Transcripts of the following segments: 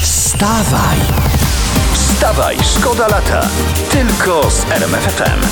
Wstawaj! Wstawaj, szkoda lata. Tylko z RMFFM.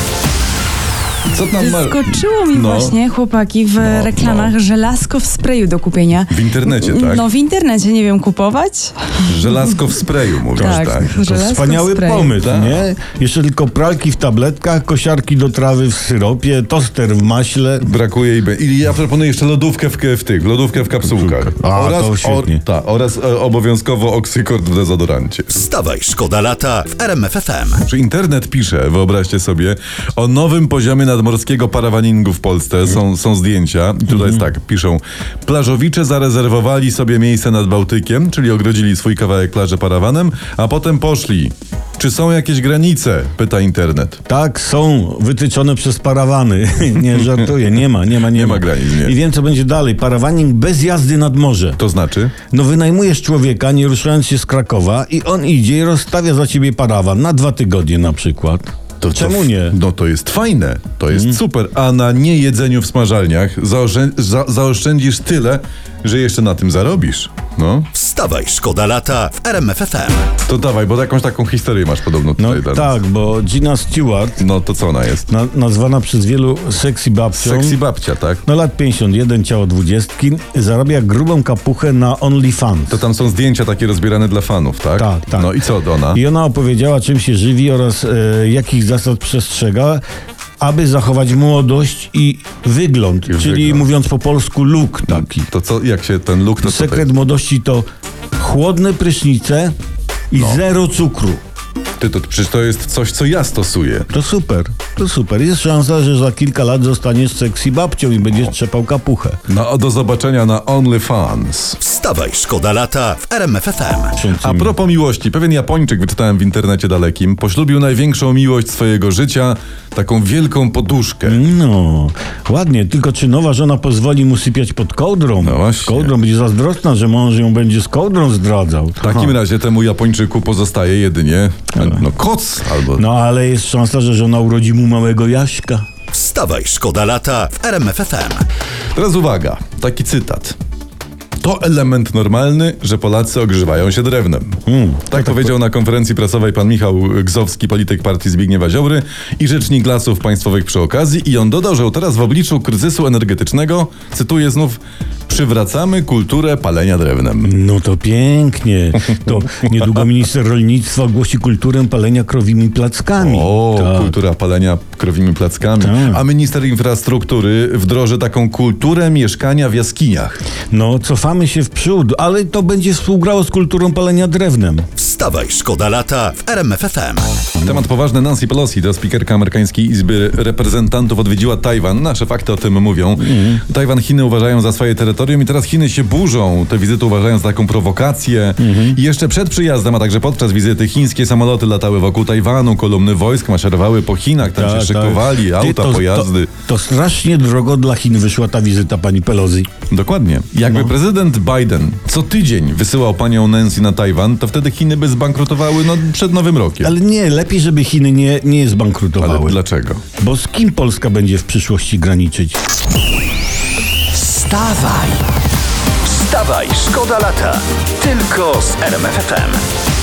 Co tam ma... Zaskoczyło mi No. właśnie, chłopaki, w reklamach żelazko w sprayu do kupienia. W internecie, tak? No w internecie, nie wiem, kupować? Żelazko w sprayu, mówisz, tak? Tak. To Żelazko w wspaniały sprayu. pomysł, Tak. nie? Jeszcze tylko pralki w tabletkach, kosiarki do trawy w syropie, toster w maśle. Brakuje i... be- I ja proponuję jeszcze lodówkę w, ke- w tych, lodówkę w kapsułkach. A, to świetnie. ta, oraz e, obowiązkowo oksykord w dezodorancie. Wstawaj, szkoda lata w RMFFM. Czy internet pisze, wyobraźcie sobie, o nowym poziomie nadmorskiego parawaningu w Polsce. Są, są zdjęcia. I Tutaj jest Mhm. tak, piszą. Plażowicze zarezerwowali sobie miejsce nad Bałtykiem, czyli ogrodzili swój kawałek plaży parawanem, a potem poszli. Czy są jakieś granice? Pyta internet. Tak, są wytyczone przez parawany. nie żartuję, nie ma, nie ma, nie, Nie ma granic, nie. I wiem, co będzie dalej. Parawaning bez jazdy nad morze. To znaczy? No wynajmujesz człowieka, nie ruszając się z Krakowa i on idzie i rozstawia za ciebie parawan na dwa tygodnie na przykład. To, Czemu f- nie? Mhm. No to jest fajne, to jest super, a na niejedzeniu w smażalniach zaoszczę- za- zaoszczędzisz tyle, że jeszcze na tym zarobisz. No, Wstawaj, szkoda lata w RMFFM. to dawaj, bo jakąś taką historię masz podobno No tutaj dla nas. tak, bo Gina Stewart, No to co ona jest? na, nazwana przez wielu sexy babcią, Sexy babcia, tak? No lat 51, ciało 20, zarabia grubą kapuchę na OnlyFans. To tam są zdjęcia takie rozbierane dla fanów, tak? Tak, tak. No i co ona? I ona opowiedziała, czym się żywi oraz e, jakich zasad przestrzega, aby zachować młodość i wygląd, I czyli wygląd. mówiąc po polsku look taki. To co, jak się ten look no to co to Sekret młodości to chłodne prysznice i No. zero cukru. jest? Ty, to przecież to jest coś, co ja stosuję. To super, to super. Jest szansa, że za kilka lat zostaniesz sexy babcią i będziesz trzepał kapuchę. No a do zobaczenia na OnlyFans. Wstawaj, szkoda lata w RMFFM. A propos miłości, pewien Japończyk wyczytałem w internecie dalekim, poślubił największą miłość swojego życia, taką wielką poduszkę. No, ładnie, tylko czy nowa żona pozwoli mu sypiać pod kołdrą? No właśnie. Kołdrą będzie zazdrosna, że mąż ją będzie z kołdrą zdradzał. No. W takim razie temu Japończyku pozostaje jedynie no koc albo No ale jest szansa, że żona urodzi mu małego Jaśka. Wstawaj, szkoda lata w RMFFM. Teraz uwaga, taki cytat. To element normalny, że Polacy ogrzewają się drewnem. Hmm. Mm. tak, powiedział na konferencji prasowej pan Michał Gzowski, polityk partii Zbigniewa Ziobry i rzecznik lasów państwowych przy okazji. I on dodał, że teraz w obliczu kryzysu energetycznego, cytuję znów, przywracamy kulturę palenia drewnem. No to pięknie. To niedługo minister rolnictwa ogłosi kulturę palenia krowimi plackami. O, Tak. kultura palenia krowimi plackami. Tak. A minister infrastruktury wdroży taką kulturę mieszkania w jaskiniach. No, cofamy się w przód, ale to będzie współgrało z kulturą palenia drewnem. Wstawaj, szkoda lata w RMFFM. Temat poważny. Nancy Pelosi, to speakerka amerykańskiej Izby Reprezentantów, odwiedziła Tajwan. Nasze fakty o tym mówią. Tajwan Chiny uważają za swoje terytorium i teraz Chiny się burzą. Tę wizytę uważają za taką prowokację. I jeszcze przed przyjazdem, a także podczas wizyty chińskie samoloty latały wokół Tajwanu, kolumny wojsk maszerowały po Chinach, tam się szykowali, Ty, auta, Tak, to- pojazdy. To, to strasznie drogo dla Chin wyszła ta wizyta pani Pelosi. Dokładnie. Jakby No. prezydent Biden co tydzień wysyłał panią Nancy na Tajwan, to wtedy Chiny by zbankrutowały no, przed Nowym Rokiem. Ale nie, lepiej, żeby Chiny nie, nie Ale zbankrutowały. dlaczego? Bo z kim Polska będzie w przyszłości graniczyć? Wstawaj! Wstawaj, szkoda lata! Tylko z RMFFM.